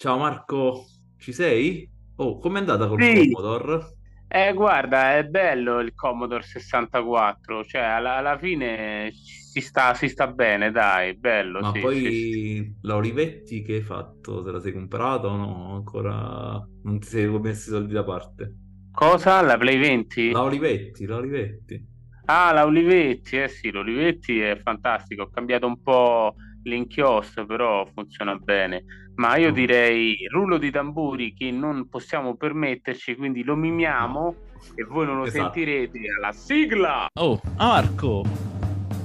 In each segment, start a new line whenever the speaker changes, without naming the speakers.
Ciao Marco, ci sei? Oh, com'è andata col
Sì,
Commodore?
eh, guarda, è bello il Commodore 64, cioè alla, alla fine si sta, si sta bene, dai, bello,
Ma
Ah, sì, sì, sì.
poi la Olivetti che hai fatto? Te la sei comprata o no? Ancora non ti sei messi i soldi da parte?
Cosa? La Play 20?
La Olivetti, la Olivetti.
Ah, la Olivetti, eh sì, l'Olivetti è fantastico, ho cambiato un po' l'inchiostro, però funziona bene. Ma io
No,
direi rullo di tamburi che non possiamo permetterci, quindi lo
no.
mimiamo e voi non lo
Esatto.
sentirete alla sigla.
Oh, ah, Marco,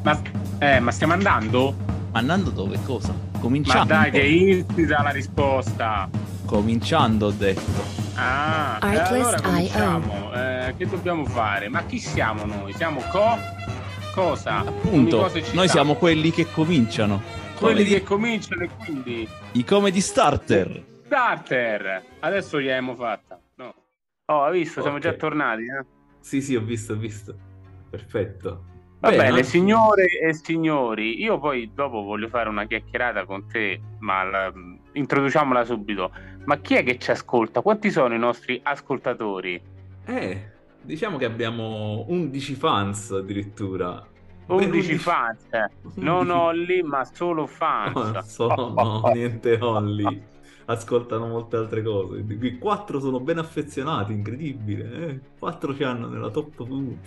Ma, eh, ma stiamo andando?
ma andando dove? Cosa?
Ma dai, che
Cominciando,
insita la risposta.
cominciando ho detto.
Ah, e allora
Artlist.io.
cominciamo. Eh, che dobbiamo fare? Ma chi siamo noi? Siamo co? Cosa? Ogni
Appunto,
cosa ci
noi
sta.
siamo quelli che cominciano, come
Quelli
di,
che cominciano e quindi...
i comedy starter.
Starter! Adesso gliel'abbiamo fatta. No. Oh, hai visto? Siamo già
Ok.
tornati, eh?
Sì, sì, ho visto, ho visto. Perfetto.
Va bene,
Bene.
signore e signori, io poi dopo voglio fare una chiacchierata con te, ma la- introduciamola subito. Ma chi è che ci ascolta? Quanti sono i nostri ascoltatori?
Eh, diciamo che abbiamo 11 fans addirittura. Ben
11
11,
fans, non
11
Olli, ma solo fans.
No, sono niente holly, ascoltano molte altre cose. Di Qui quattro sono ben affezionati, incredibile. Eh? Quattro ci hanno nella top 1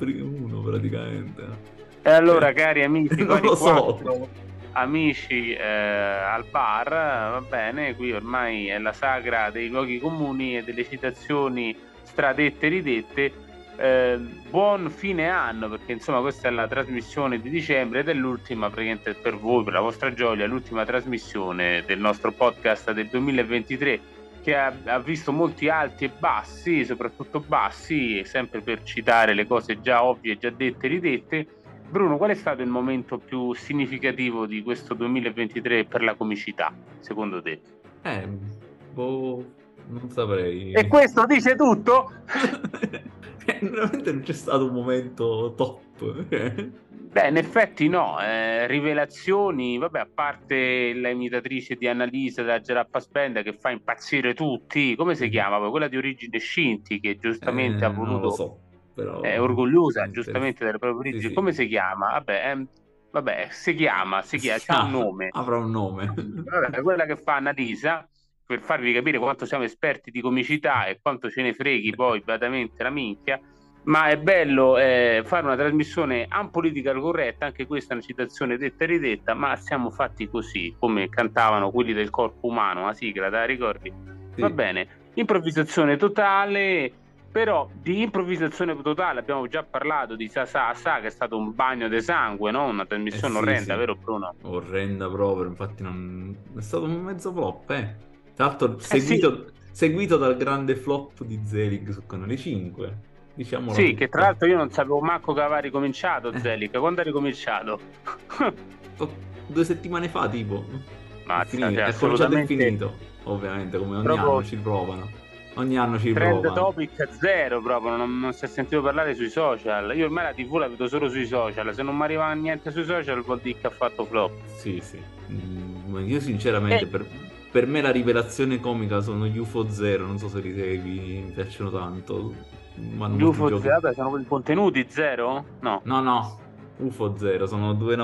praticamente.
E allora,
Cioè,
cari amici,
non
cari
lo so.
quattro amici eh, al bar, va bene, qui ormai è la sagra dei luoghi comuni e delle citazioni stradette e ridette. Eh, buon fine anno, perché insomma questa è la trasmissione di dicembre ed è l'ultima praticamente per voi, per la vostra gioia, l'ultima trasmissione del nostro podcast del 2023 che ha, ha visto molti alti e bassi, soprattutto bassi, sempre per citare le cose già ovvie, già dette e ridette. Bruno, qual è stato il momento più significativo di questo 2023 per la comicità, secondo te?
Eh, boh, non
E
saprei.
questo dice tutto?
Eh, Veramente non c'è stato un momento top. eh.
Beh, in effetti no, eh, rivelazioni, vabbè, a parte la imitatrice di Annalisa da Gerappa Spenda che fa impazzire tutti, come si chiama? poi? Quella di origine Scinti che giustamente ha
Mm. Eh, non lo
voluto
so,
è
però
orgogliosa
mi interessa.
giustamente delle proprie
Sì,
origini.
sì.
Come si chiama? Vabbè, ehm, vabbè, si chiama, si
Si
chiama, c'ha un
chiama,
nome.
avrà un nome.
Vabbè, quella che fa Annalisa, per farvi capire quanto siamo esperti di comicità e quanto ce ne freghi poi badamente la minchia. Ma è bello eh, fare una trasmissione politica corretta, anche questa è una citazione detta e ridetta, ma siamo fatti così, come cantavano quelli del corpo umano, la sigla, da ricordi? Va
Sì.
bene, improvvisazione totale, però di improvvisazione totale abbiamo già parlato di Sasa Sa, che è stato un bagno di sangue, no? Una
Eh
trasmissione
sì,
orrenda,
sì,
vero Bruno?
orrenda proprio, infatti non... è stato un mezzo flop, eh. Tra l'altro
Eh sì,
seguito, seguito dal grande flop di Zelig su Canale 5, diciamola
Sì, che tra
tutta.
l'altro io non sapevo manco che aveva ricominciato
Eh,
Zelic. Quando ha ricominciato?
to- due settimane fa tipo, è
Mazza,
finito,
cioè
è cominciato e
assolutamente
finito, ovviamente come ogni anno
proprio
ci provano, ogni anno ci
trend
provano.
topic zero proprio, non, non si è sentito parlare sui social. Io ormai la TV la vedo solo sui social, se non mi arriva niente sui social vuol dire che ha fatto flop.
Sì, sì. Mm, ma io
E
sinceramente per, per me la rivelazione comica sono gli UFO Zero, non so se li segui, mi piacciono tanto, vanno molti
gli UFO zero,
giochi.
vabbè, sono quei contenuti zero? No.
No, no, UFO Zero, sono due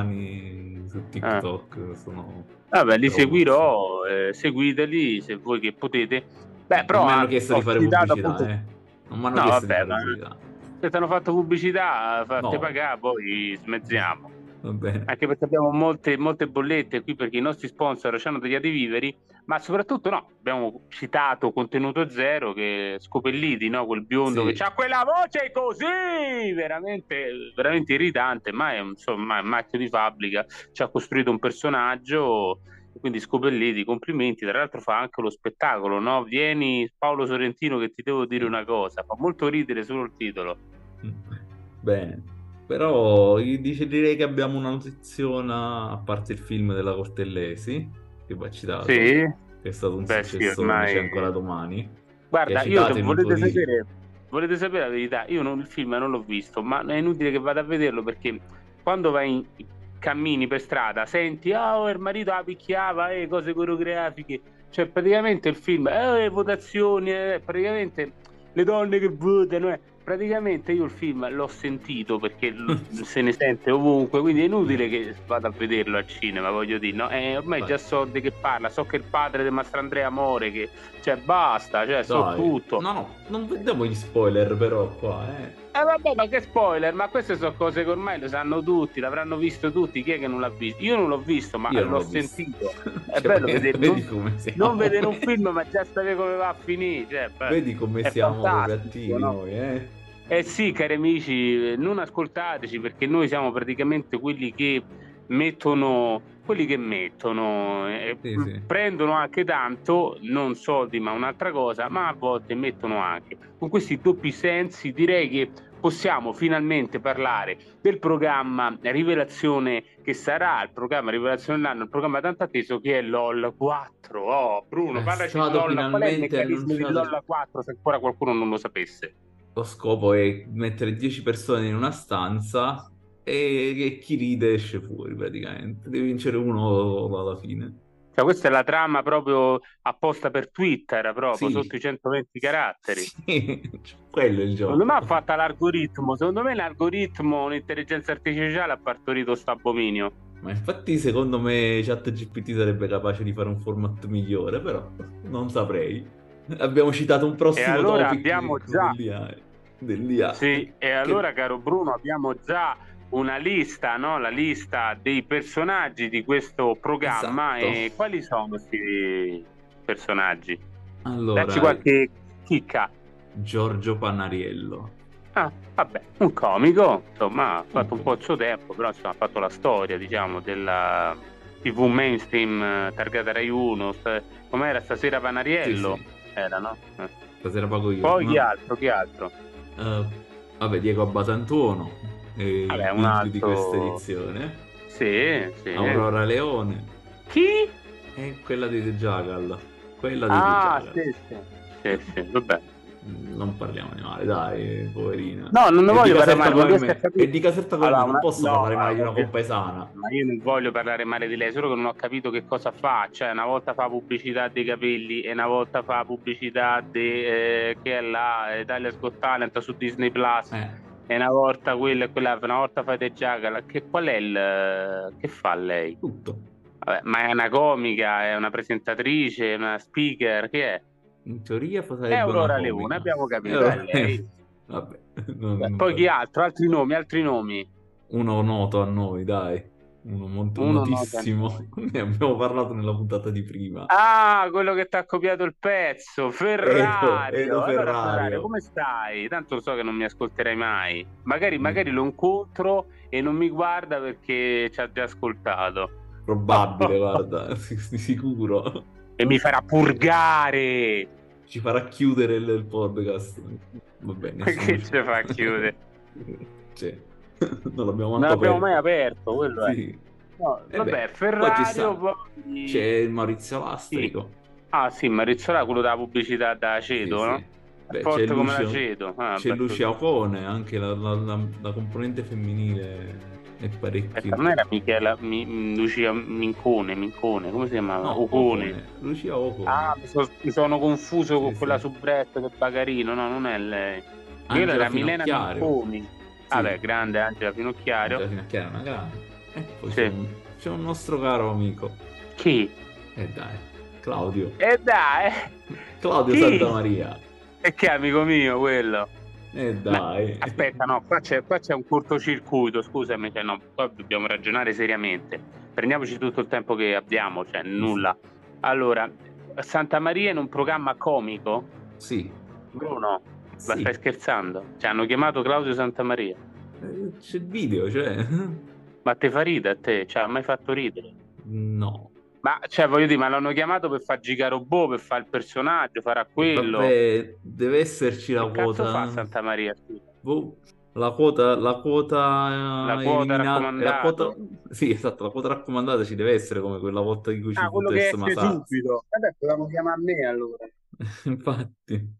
napoletani su
Eh.
TikTok, sono
Vabbè, li
bravissimi.
seguirò, eh, seguiteli se voi che potete. Beh,
Non
però
mi hanno
ah,
chiesto di
ho
fare
citato
pubblicità,
appunto...
eh. Non mi hanno
No,
chiesto di
vabbè,
fare
ma
pubblicità.
se ti hanno fatto pubblicità, fate
No,
pagare, poi smezziamo.
va bene.
anche perché abbiamo molte, molte bollette qui perché i nostri sponsor ci hanno tagliato i viveri, ma soprattutto no, abbiamo citato Contenuto Zero che Scopelliti, no? quel biondo che
Sì,
ha quella voce così, veramente, veramente irritante, ma è insomma, è un marchio di fabbrica, ci ha costruito un personaggio, quindi Scopelliti, complimenti, tra l'altro fa anche lo spettacolo, no? vieni Paolo Sorrentino che ti devo dire
sì.
una cosa, fa molto ridere solo il titolo. Eh.
Bene. Però io dice- direi che abbiamo una notiziona, a parte il film della Cortellesi, che va citato,
Sì,
che è stato un
beh sì,
successone, c'è
ormai...
ancora domani, che è
Guarda, io se
citato in un tuo
volete
reel.
sapere, volete sapere la verità, io non- il film non l'ho visto, ma è inutile che vada a vederlo perché quando vai in, cammini per strada, senti, "Ah, oh, il marito la picchiava e cose eh, coreografiche. Cioè, praticamente il film, eh, votazioni, eh, praticamente le donne che votano, eh. praticamente io il film l'ho sentito perché l- se ne sente ovunque, quindi è inutile che vada a vederlo al cinema, voglio dire, no? Eh, ormai
Vai.
già so di che parla, so che il padre di Mastrandrea muore, che... cioè basta, cioè so
Dai.
tutto.
No, no, non vediamo gli spoiler però qua, eh.
Eh vabbè, ma che spoiler, ma queste sono cose che ormai lo sanno tutti, l'avranno visto tutti, chi è che non l'ha visto? Io non l'ho visto, ma
Io non
l'ho,
l'ho visto.
sentito. È
Cioè,
bello
vedi-
vederlo.
Vedi come siamo.
Non vedere un film, ma già sapere come va a finire. Cioè, beh.
Vedi come
È
siamo proprio
fantastico,
attivi
no?
noi, eh.
Eh sì, cari amici, eh, non ascoltateci perché noi siamo praticamente quelli che mettono, quelli che mettono, eh,
Sì, sì.
prendono anche tanto, non soldi ma un'altra cosa, ma a volte mettono anche. Con questi doppi sensi direi che possiamo finalmente parlare del programma Rivelazione che sarà il programma Rivelazione dell'anno, il programma tanto atteso che è LOL 4. Oh Bruno,
È
parlaci di
stato
LOL, qual è il
finalmente
meccanismo di
annunciato.
LOL 4 se ancora qualcuno non lo sapesse?
Lo scopo è mettere 10 persone in una stanza e, e chi ride esce fuori praticamente. Devi vincere uno alla fine.
Cioè, questa è la trama proprio apposta per Twitter, proprio
Sì.
sotto i 120 caratteri.
Sì, cioè, quello è il gioco.
Secondo me ha fatto l'algoritmo. Secondo me l'algoritmo, un'intelligenza artificiale ha partorito sto abominio.
Ma infatti secondo me ChatGPT sarebbe capace di fare un format migliore, però non saprei. Abbiamo citato un prossimo
E allora
topic
abbiamo già-
dell'IA. dell'IA.
Sì, e allora, caro Bruno, abbiamo già una lista, no? La lista dei personaggi di questo programma.
Esatto.
E quali sono questi personaggi?
Allora,
Dacci qualche chicca.
Giorgio Panariello.
Ah, vabbè, un comico, insomma, ha fatto un po' il suo tempo, però insomma, ha fatto la storia, diciamo, della TV mainstream eh, targata Rai 1, st- com'era stasera Panariello?
Sì, sì.
Era, no? Eh.
Stasera pago io.
Poi
Ma-
chi altro, chi altro?
Eh, vabbè, Diego Abatantuono, eh,
Vabbè, un
il
altro-
di questa edizione.
Sì, sì.
Aurora Leone
Chi?
e quella di The Jagal. Quella di
Ah,
The Jagal. Mm,
sì, sì. Sì, sì, vabbè.
Non parliamo di male, dai, poverina.
No, non ne
E di
voglio
Caserta
parlare male,
Eh,
non
come
riesco
me.
a capire.
E di Caserta come
Allora,
me non
una-
posso
no,
parlare male di una
allora,
compaesana.
Ma io non voglio parlare male di lei, solo che non ho capito che cosa fa. Cioè, una volta fa pubblicità dei capelli e una volta fa pubblicità di eh, che è la Italia's Got Talent su Disney Plus.
Eh,
E una volta quella e quella, una volta fate Jagal. Che qual è il che fa lei?
tutto.
Vabbè, ma è una comica, è una presentatrice, è una speaker, che è?
In teoria
È
potrebbe una
Aurora
comica.
Leone, abbiamo capito.
Eh,
è lei.
Vabbè, non- non
Poi chi
parliamo.
altro? Altri nomi, altri nomi.
Uno noto a noi, dai. Uno molto
Uno noto a
notissimo. Ne abbiamo parlato nella puntata di prima.
Ah, quello che ti ha copiato il pezzo, Ferrari.
Edo Ferrario.
come stai? Tanto lo so che non mi ascolterai mai. Magari,
Mm.
magari lo incontro e non mi guarda perché ci ha già ascoltato.
Probabile, guarda, si- di sicuro.
E mi farà purgare.
Ci farà chiudere il, il podcast. Va bene.
Perché
nessuno-
ci fa chiudere?
Cioè, non l'abbiamo
Non
manco
l'abbiamo mai
aperto.
aperto, quello è.
Sì.
No,
Eh
vabbè,
beh, poi ci sta.
Ferrario, poi-
C'è il Maurizio Lastrico.
Ah sì, Marizzola, quello della pubblicità da Ceto,
Sì,
no?
sì. Beh,
Forte
c'è
come la
Lucio-
Ceto. Ah,
c'è
beh,
Lucia Ocone, anche la, la- la- la componente femminile è parecchio.
Aspetta, non Eh, era Michela, Mi- M- Lucia Mincone, Mincone, come si chiamava?
No,
Ocone.
Lucia Ocone.
Ah, mi, so- mi sono confuso con
Sì,
quella
sì.
su Brett che è Bagarino, no, non è lei.
Angela
Quella era Milena
Finocchiaro.
Minconi. Vabbè, grande Angela Finocchiario.
Angela Finocchiaro è una grande. E poi
Sì.
c'è, un, c'è un nostro caro amico.
Chi?
E dai, Claudio.
E dai,
Claudio
Chi?
Santamaria.
e che amico mio quello.
E dai.
Aspetta, no, qua c'è, qua c'è un cortocircuito, scusami, cioè, no, qua dobbiamo ragionare seriamente. Prendiamoci tutto il tempo che abbiamo, cioè nulla. Allora, Santa Maria in un programma comico?
Sì.
Bruno, ma
Sì.
stai scherzando? Ci hanno chiamato Claudio Santa Maria.
Eh, C'è il video, cioè.
Ma te fa ridere a te? Cioè, ha mai fatto ridere?
No.
Ma cioè, voglio dire, ma l'hanno chiamato per far Gigarobò, per fare il personaggio, farà quello.
Vabbè, deve esserci la
che cazzo
quota.
fa Santa Maria? scusa?
Boh, La quota, la quota,
La quota
eliminata-
raccomandata.
la quota- sì, esatto, la quota raccomandata ci deve essere come quella volta di cui ci
Ah,
fu
quello che
Tess
esce
Masà.
subito. Vabbè, l'hanno chiamato a me allora.
Infatti.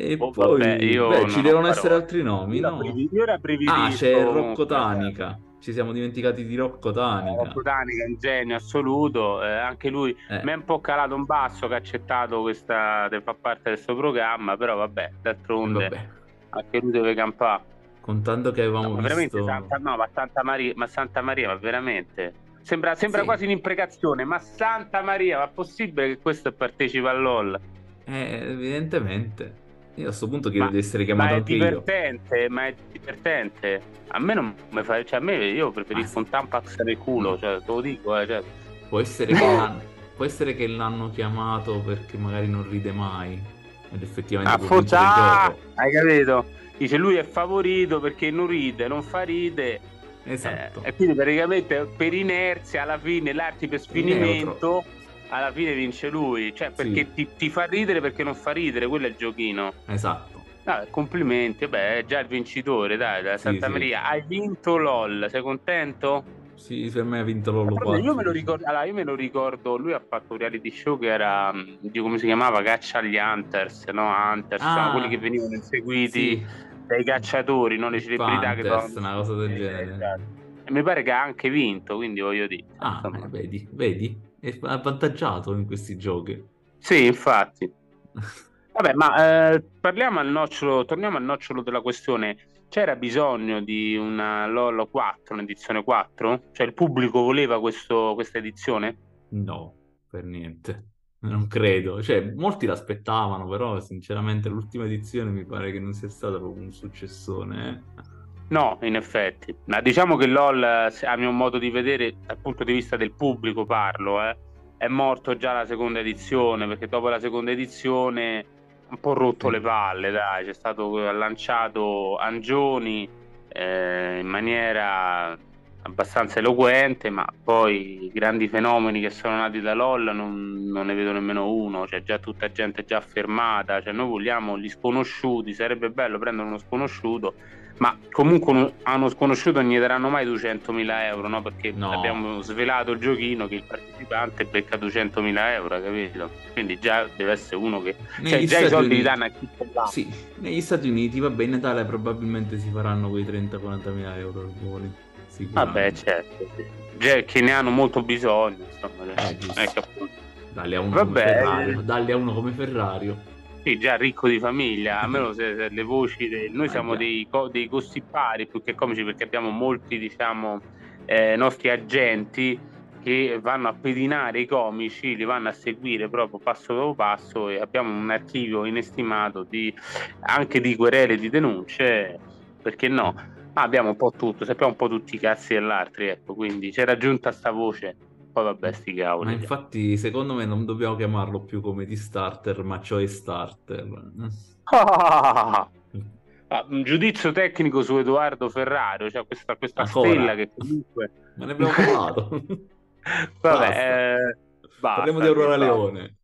E
Oh,
poi,
vabbè, io
beh,
non
ci
ho
devono
parole.
essere altri nomi,
Io era
no?
brivi- io era brividisco.
Ah, c'è Rocco Ah, Tanica. Ci siamo dimenticati di Rocco Tanica.
Rocco Tanica, un genio assoluto, eh, anche lui
Eh,
mi è un po' calato un basso che ha accettato questa, di far parte del suo programma, però vabbè, d'altronde
Eh, vabbè,
anche lui deve campare.
contando che
No,
avevamo
ma veramente
visto...
Santa, no, ma Santa Maria, ma Santa Maria, ma veramente. Sembra, sembra
Sì.
quasi un'imprecazione, ma Santa Maria, ma è possibile che questo partecipa all'OL?
Eh, evidentemente. Io a questo punto chiedo
Ma-
di essere
Ma
chiamato
è
anche io.
divertente, ma è divertente. A me non mi fa, cioè a me io
Ah,
preferisco
sì.
un tampax nel culo, cioè, te lo dico, eh, cioè,
Può essere, che l'hanno, può essere che l'hanno chiamato perché magari non ride mai ed effettivamente
Ah,
può
forse-
vincere il
ah,
gioco.
hai capito? Dice lui è favorito perché non ride, non fa ride.
Esatto.
eh, e quindi praticamente per inerzia alla fine l'arte per sfinimento alla fine vince lui. Cioè perché
Sì.
ti, ti fa ridere perché non fa ridere, quello è il giochino.
Esatto.
Ah, complimenti, beh, è già il vincitore, dai, dai
Sì,
Santa
sì.
Maria. Hai vinto LOL, sei contento?
Sì, per me ha vinto Lollo
Proprio
4.
Io me, lo ricordo, allora, io me lo ricordo, lui ha fatto un reality show che era, mh, di come si chiamava, Caccia agli Hunters, no? Hunters,
Ah.
no? quelli che venivano inseguiti
Sì.
dai cacciatori, non le
Il
celebrità che
Panthers,
trovano-
una cosa del
Eh,
genere.
esatto. E mi pare che ha anche vinto, quindi voglio dire.
Ah,
insomma.
eh, vedi, vedi? È avvantaggiato in questi giochi.
Sì, infatti. Vabbè, ma eh, parliamo al nocciolo, torniamo al nocciolo della questione. C'era bisogno di una LOL 4, un'edizione 4? Cioè il pubblico voleva questo- questa edizione?
No, per niente. Non credo. Cioè, molti l'aspettavano, però sinceramente l'ultima edizione mi pare che non sia stata proprio un successone. eh.
No, in effetti, ma diciamo che LOL, eh, se- a mio modo di vedere, dal punto di vista del pubblico parlo, eh, è morto già la seconda edizione, perché dopo la seconda edizione un po' rotto le palle, dai, c'è stato ha lanciato Angioni eh, in maniera abbastanza eloquente, ma poi i grandi fenomeni che sono nati da LOL non, non ne vedo nemmeno uno, c'è già tutta gente già fermata, cioè noi vogliamo gli sconosciuti, sarebbe bello prendere uno sconosciuto ma comunque uno- a uno sconosciuto non gli daranno mai 200.000 euro, no? Perché
No.
abbiamo svelato il giochino che il partecipante becca 200.000 euro, capito? Quindi già deve essere uno che... Cioè
Negli
già i
Stati
soldi li
Uniti-
danno a chi ce l'ha.
Sì, negli Stati Uniti, vabbè, in Natale probabilmente si faranno quei 30-40 mila euro al volo,
Vabbè,
sicuramente.
certo, sì. Già che ne hanno molto bisogno, insomma.
Eh, giusto.
Ecco, appunto.
Dalli a uno come
Vabbè. eh.
Ferrario, dalli a uno come Ferrario.
Sì, già ricco di famiglia, almeno se, se le voci... dei- Noi
Ah,
siamo
già.
dei, co- dei gossipari più che comici perché abbiamo molti, diciamo, eh, nostri agenti che vanno a pedinare i comici, li vanno a seguire proprio passo dopo passo e abbiamo un archivio inestimato di, anche di querele e di denunce, perché no? Ma abbiamo un po' tutto, sappiamo un po' tutti i cazzi dell'altri, ecco, quindi c'è raggiunta sta voce, poi vabbè sti
Ma
cavoli.
infatti, secondo me, non dobbiamo chiamarlo più come di starter, ma cioè starter.
Ah, un giudizio tecnico su Edoardo Ferraro, cioè questa, questa
Ancora?
stella che comunque...
Ma ne abbiamo parlato.
Vabbè, eh, basta,
Parliamo di Aurora
basta.
Leone.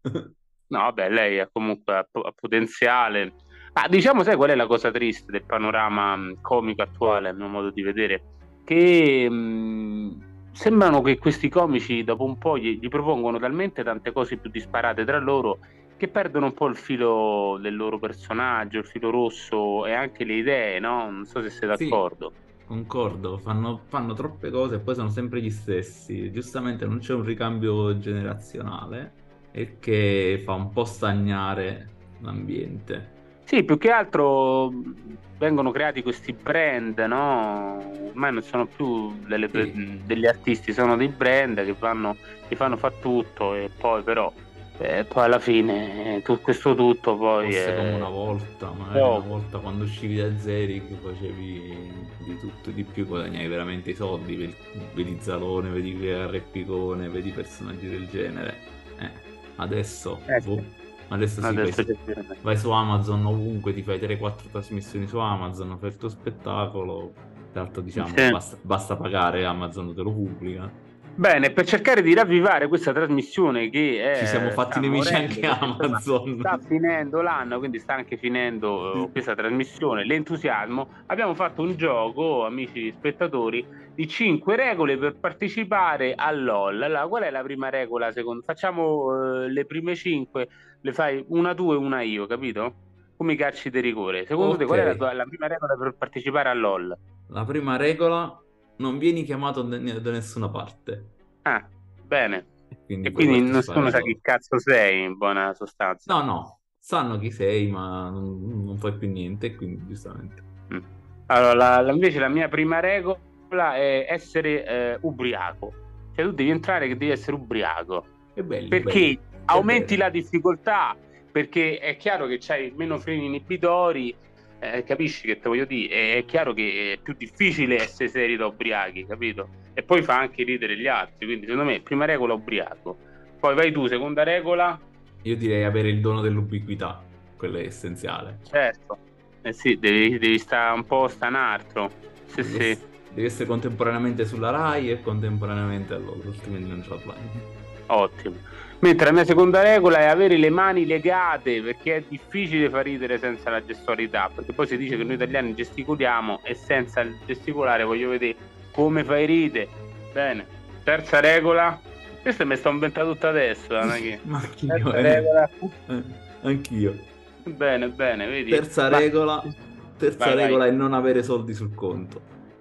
No, vabbè, lei ha comunque ha po- ha potenziale. Ma diciamo, sai qual è la cosa triste del panorama mh, comico attuale, a mio modo di vedere? Che mh, sembrano che questi comici dopo un po' gli, gli propongono talmente tante cose più disparate tra loro che perdono un po' il filo del loro personaggio, il filo rosso e anche le idee, no? Non so se siete
Sì.
d'accordo.
Concordo, fanno, fanno troppe cose e poi sono sempre gli stessi. Giustamente non c'è un ricambio generazionale, il che fa un po' stagnare l'ambiente.
Sì, più che altro mh, vengono creati questi brand, no? Ormai non sono più delle-
Sì.
mh, degli artisti, sono dei brand che fanno, che fanno fa tutto e poi però, eh, poi alla fine eh, tu- questo tutto poi...
Forse
è- Oh,
come una volta, magari
No.
una volta quando uscivi da Zelig facevi di tutto e di più, guadagnavi veramente i soldi, vedi, vedi Zalone, vedi Arrepicone, vedi personaggi del genere. Eh, adesso,
Eh sì.
boh, adesso sì,
Adesso
vai,
c'è veramente-
vai su Amazon ovunque, ti fai 3-4 trasmissioni su Amazon, fai il tuo spettacolo, tanto diciamo
Sì.
basta, basta pagare Amazon te lo pubblica.
Bene, per cercare di ravvivare questa trasmissione che è...
Ci siamo fatti
sta
nemici
morendo,
anche
perché, insomma,
Amazon.
Sta finendo l'anno, quindi sta anche finendo eh, questa trasmissione. L'entusiasmo. Abbiamo fatto un gioco, amici spettatori, di 5 regole per partecipare all'OL. Allora, qual è la prima regola secondo? Facciamo eh, le prime 5, le fai una tu e una io, capito? Come i calci di rigore. Secondo te qual è la,
Ok.
tua- la prima regola per partecipare all'OL?
La prima regola non vieni chiamato da da nessuna parte.
Ah, bene.
Quindi
E quindi
puoi
nessuno
fare
sa
cosa.
chi cazzo sei, in buona sostanza.
No, no, sanno chi sei, ma non, non fai più niente, quindi giustamente.
Allora, la- la- invece la mia prima regola è essere eh, ubriaco. Cioè, tu devi entrare che devi essere ubriaco.
È bello,
Perché aumenti
bello.
la difficoltà, perché è chiaro che c'hai meno freni inibitori, eh, capisci che te voglio dire? È, è chiaro che è più difficile essere seri da ubriachi, capito? E poi fa anche ridere gli altri, quindi secondo me prima regola ubriaco. Poi vai tu, seconda regola,
Io direi avere il dono dell'ubiquità, quello è essenziale.
certo. Eh sì, devi, devi stare un po' stanartro. Sì,
Devi,
sì.
ess- devi essere contemporaneamente sulla Rai e contemporaneamente all'altro, altrimenti non ce la fai.
Ottimo. Mentre la mia seconda regola è avere le mani legate perché è difficile far ridere senza la gestualità, perché poi si dice che noi italiani gesticoliamo e senza il gesticolare voglio vedere come fai ride. Bene. Terza regola. Questa me sto inventando tutta adesso, eh, non è che-
Ma chi
Terza
eh.
regola.
Eh, Anch'io.
Bene, bene, vedi.
Terza
Ma
regola, terza
Vai, vai.
regola è non avere soldi sul conto.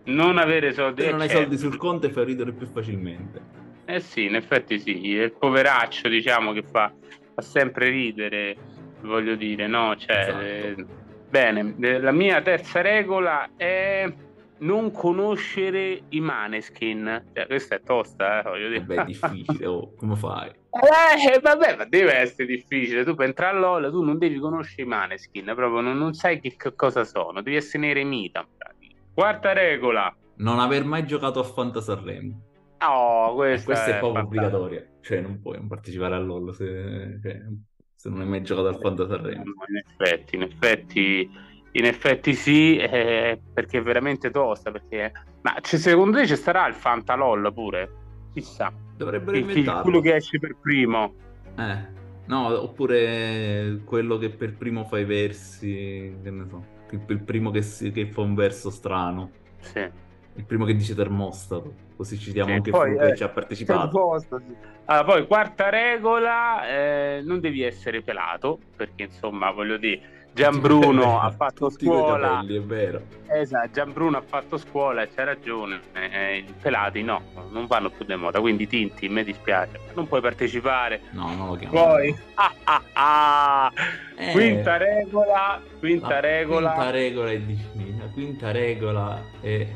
Non avere soldi.
Se non hai
cioè,
soldi sul conto e fai ridere più facilmente.
Eh sì, in effetti sì, il poveraccio diciamo che fa, fa sempre ridere, voglio dire, no? Cioè,
Esatto.
eh, bene, eh, la mia terza regola è non conoscere i maneskin. Cioè, questa è tosta, eh, voglio dire.
Vabbè, è difficile, oh, come fai?
Eh, vabbè, ma deve essere difficile. Tu per entrare all'Ola tu non devi conoscere i maneskin, proprio non, non sai che, che cosa sono, devi essere un eremita. in pratica. Quarta regola.
Non aver mai giocato a Fantasarremo.
Oh, questa,
Questa è proprio
fantastica.
obbligatoria. Cioè, non puoi non partecipare a LOL se, cioè, se non hai mai giocato al Fantasarremo.
In effetti, in effetti, in effetti sì, eh, perché è veramente tosta. Perché... Ma c'è- secondo te ci starà il Fantalol pure? Chissà,
Dovrebbero
il- il-
inventarlo.
quello che esce per primo.
Eh, no, oppure quello che per primo fa i versi, che ne so, il, il primo che, si- che fa un verso strano,
Sì.
il primo che dice termostato, così ci diamo
Sì,
anche
poi,
Fru che
eh,
ci ha partecipato.
Allora, poi quarta regola, eh, non devi essere pelato, perché insomma, voglio dire, Gianbruno ha fatto
Tutti quei
scuola.
capelli, è vero.
Esatto, Gianbruno ha fatto scuola e c'ha ragione, eh, i pelati no, non vanno più di moda, quindi Tinti, mi dispiace, non puoi partecipare.
No, non lo chiamo.
Poi, ah, ah, ah.
Eh,
quinta regola,
la
quinta regola,
Quinta regola è disciplina, la quinta regola è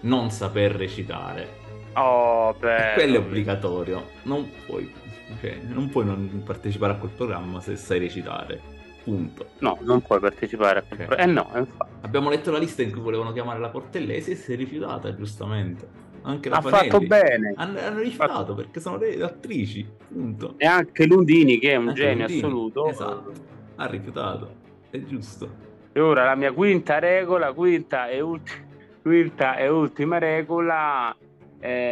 non saper recitare.
oh, bello.
Quello è obbligatorio, non puoi, cioè, non puoi non partecipare a quel programma se sai recitare. Punto.
No, non puoi partecipare a quel
Ok.
pro- Eh no, infatti.
Abbiamo letto la lista in cui volevano chiamare la Portellesi e si è rifiutata, giustamente. Anche la
ha
Fanelli.
fatto bene.
Hanno, hanno rifiutato perché sono le attrici, punto.
E anche Lundini, che è un
Anche
genio
Lundini,
assoluto.
Esatto, ha rifiutato, è giusto.
E ora la mia quinta regola, quinta e, ulti- quinta e ultima regola,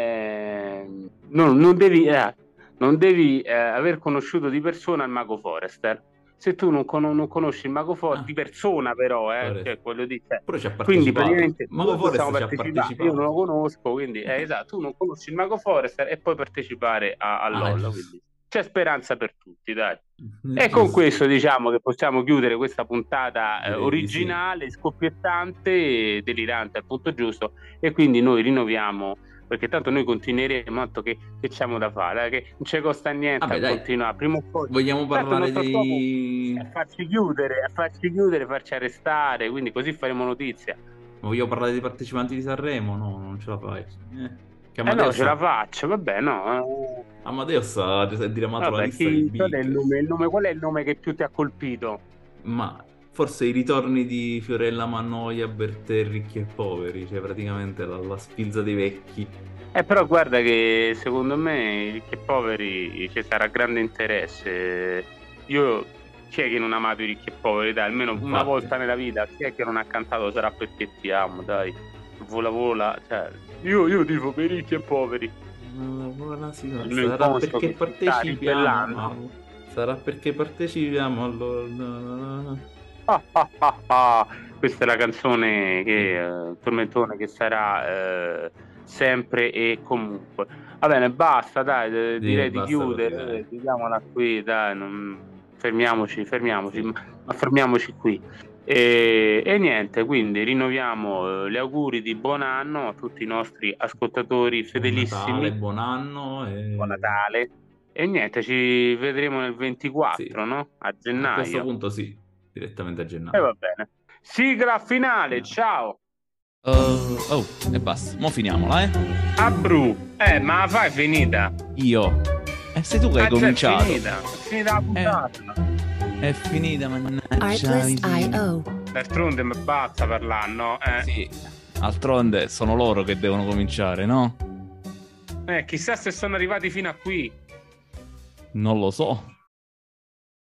ehm, non, non devi, eh, non devi, eh, aver conosciuto di persona il mago Forester. Se tu non, con- non conosci il mago Forester,
Ah.
di persona però, eh,
Forester.
cioè, quello di te.
Però ci ha partecipato.
Quindi praticamente
Mago
noi
Forest ci
possiamo
ha
partecipare,
partecipato.
io non lo conosco, quindi eh, esatto, tu non conosci il mago Forester e puoi partecipare a, a
Ah,
LOL,
giusto.
quindi c'è speranza per tutti, dai.
conosco.
E con questo diciamo che possiamo chiudere questa puntata eh,
Direi di
originale, scoppiettante, delirante al punto giusto e quindi noi rinnoviamo perché tanto noi continueremo, tanto che, che c'è da fare, eh, che non ci costa niente
Vabbè,
a
dai. Mm.
continuare. Prima o poi
Vogliamo parlare
Tanto il nostro
di...
a farci chiudere, a farci chiudere, farci arrestare, quindi così faremo notizia.
Vogliamo parlare dei partecipanti di Sanremo? No, non ce la fai. Eh, che
Eh no,
Amadeus,
ce la faccio, vabbè, no. eh.
Amadeus ha diramato la
Vabbè,
lista
chi-
di
qual, è il
Beatles.
nome, il nome- qual è il nome che più ti ha colpito?
Ma forse i ritorni di Fiorella Mannoia, Bertè, ricchi e poveri, cioè praticamente la, la sfilza dei vecchi.
Eh, però guarda che secondo me che poveri ci sarà grande interesse. Io chi è che non ha amato i ricchi e poveri, dai, almeno una
Infatti.
volta nella vita, chi è che non ha cantato sarà perché ti amo, dai. Vola vola, cioè, io, io tifo per i ricchi e poveri.
Ma buona signora,
Il mio
sarà
incontro
perché
che si sta
partecipiamo.
ribellando.
Sarà perché partecipiamo allora.
Ah, ah, ah, ah. Questa è la canzone che eh, tormentone che sarà eh, sempre e comunque. Va bene, basta, dai, eh,
Sì,
direi di
basta così,
chiudere,
dai.
eh, chiudiamola qui, dai, non- fermiamoci, fermiamoci, ma, ma fermiamoci qui. E, e niente, quindi rinnoviamo eh, gli auguri di buon anno a tutti i nostri ascoltatori fedelissimi.
Natale, buon anno e
Buon Natale. E niente, ci vedremo nel 24,
Sì.
no? A
a
gennaio.
questo punto sì, direttamente a
E
gennaio.
va bene. Sigla finale, ciao.
Uh, oh, e basta. Mo' finiamola, eh.
Abru. Eh, ma la fai finita.
Io. E sei tu che hai
Ah, cioè,
cominciato. Eh.
È finita. È finita la puntata.
È finita, mannaggia. miseria.
Artlist.io.
D'altronde mi basta parlarno. Eh.
Sì. Altronde sono loro che devono cominciare, no?
Eh, chissà se sono arrivati fino a qui.
Non lo so.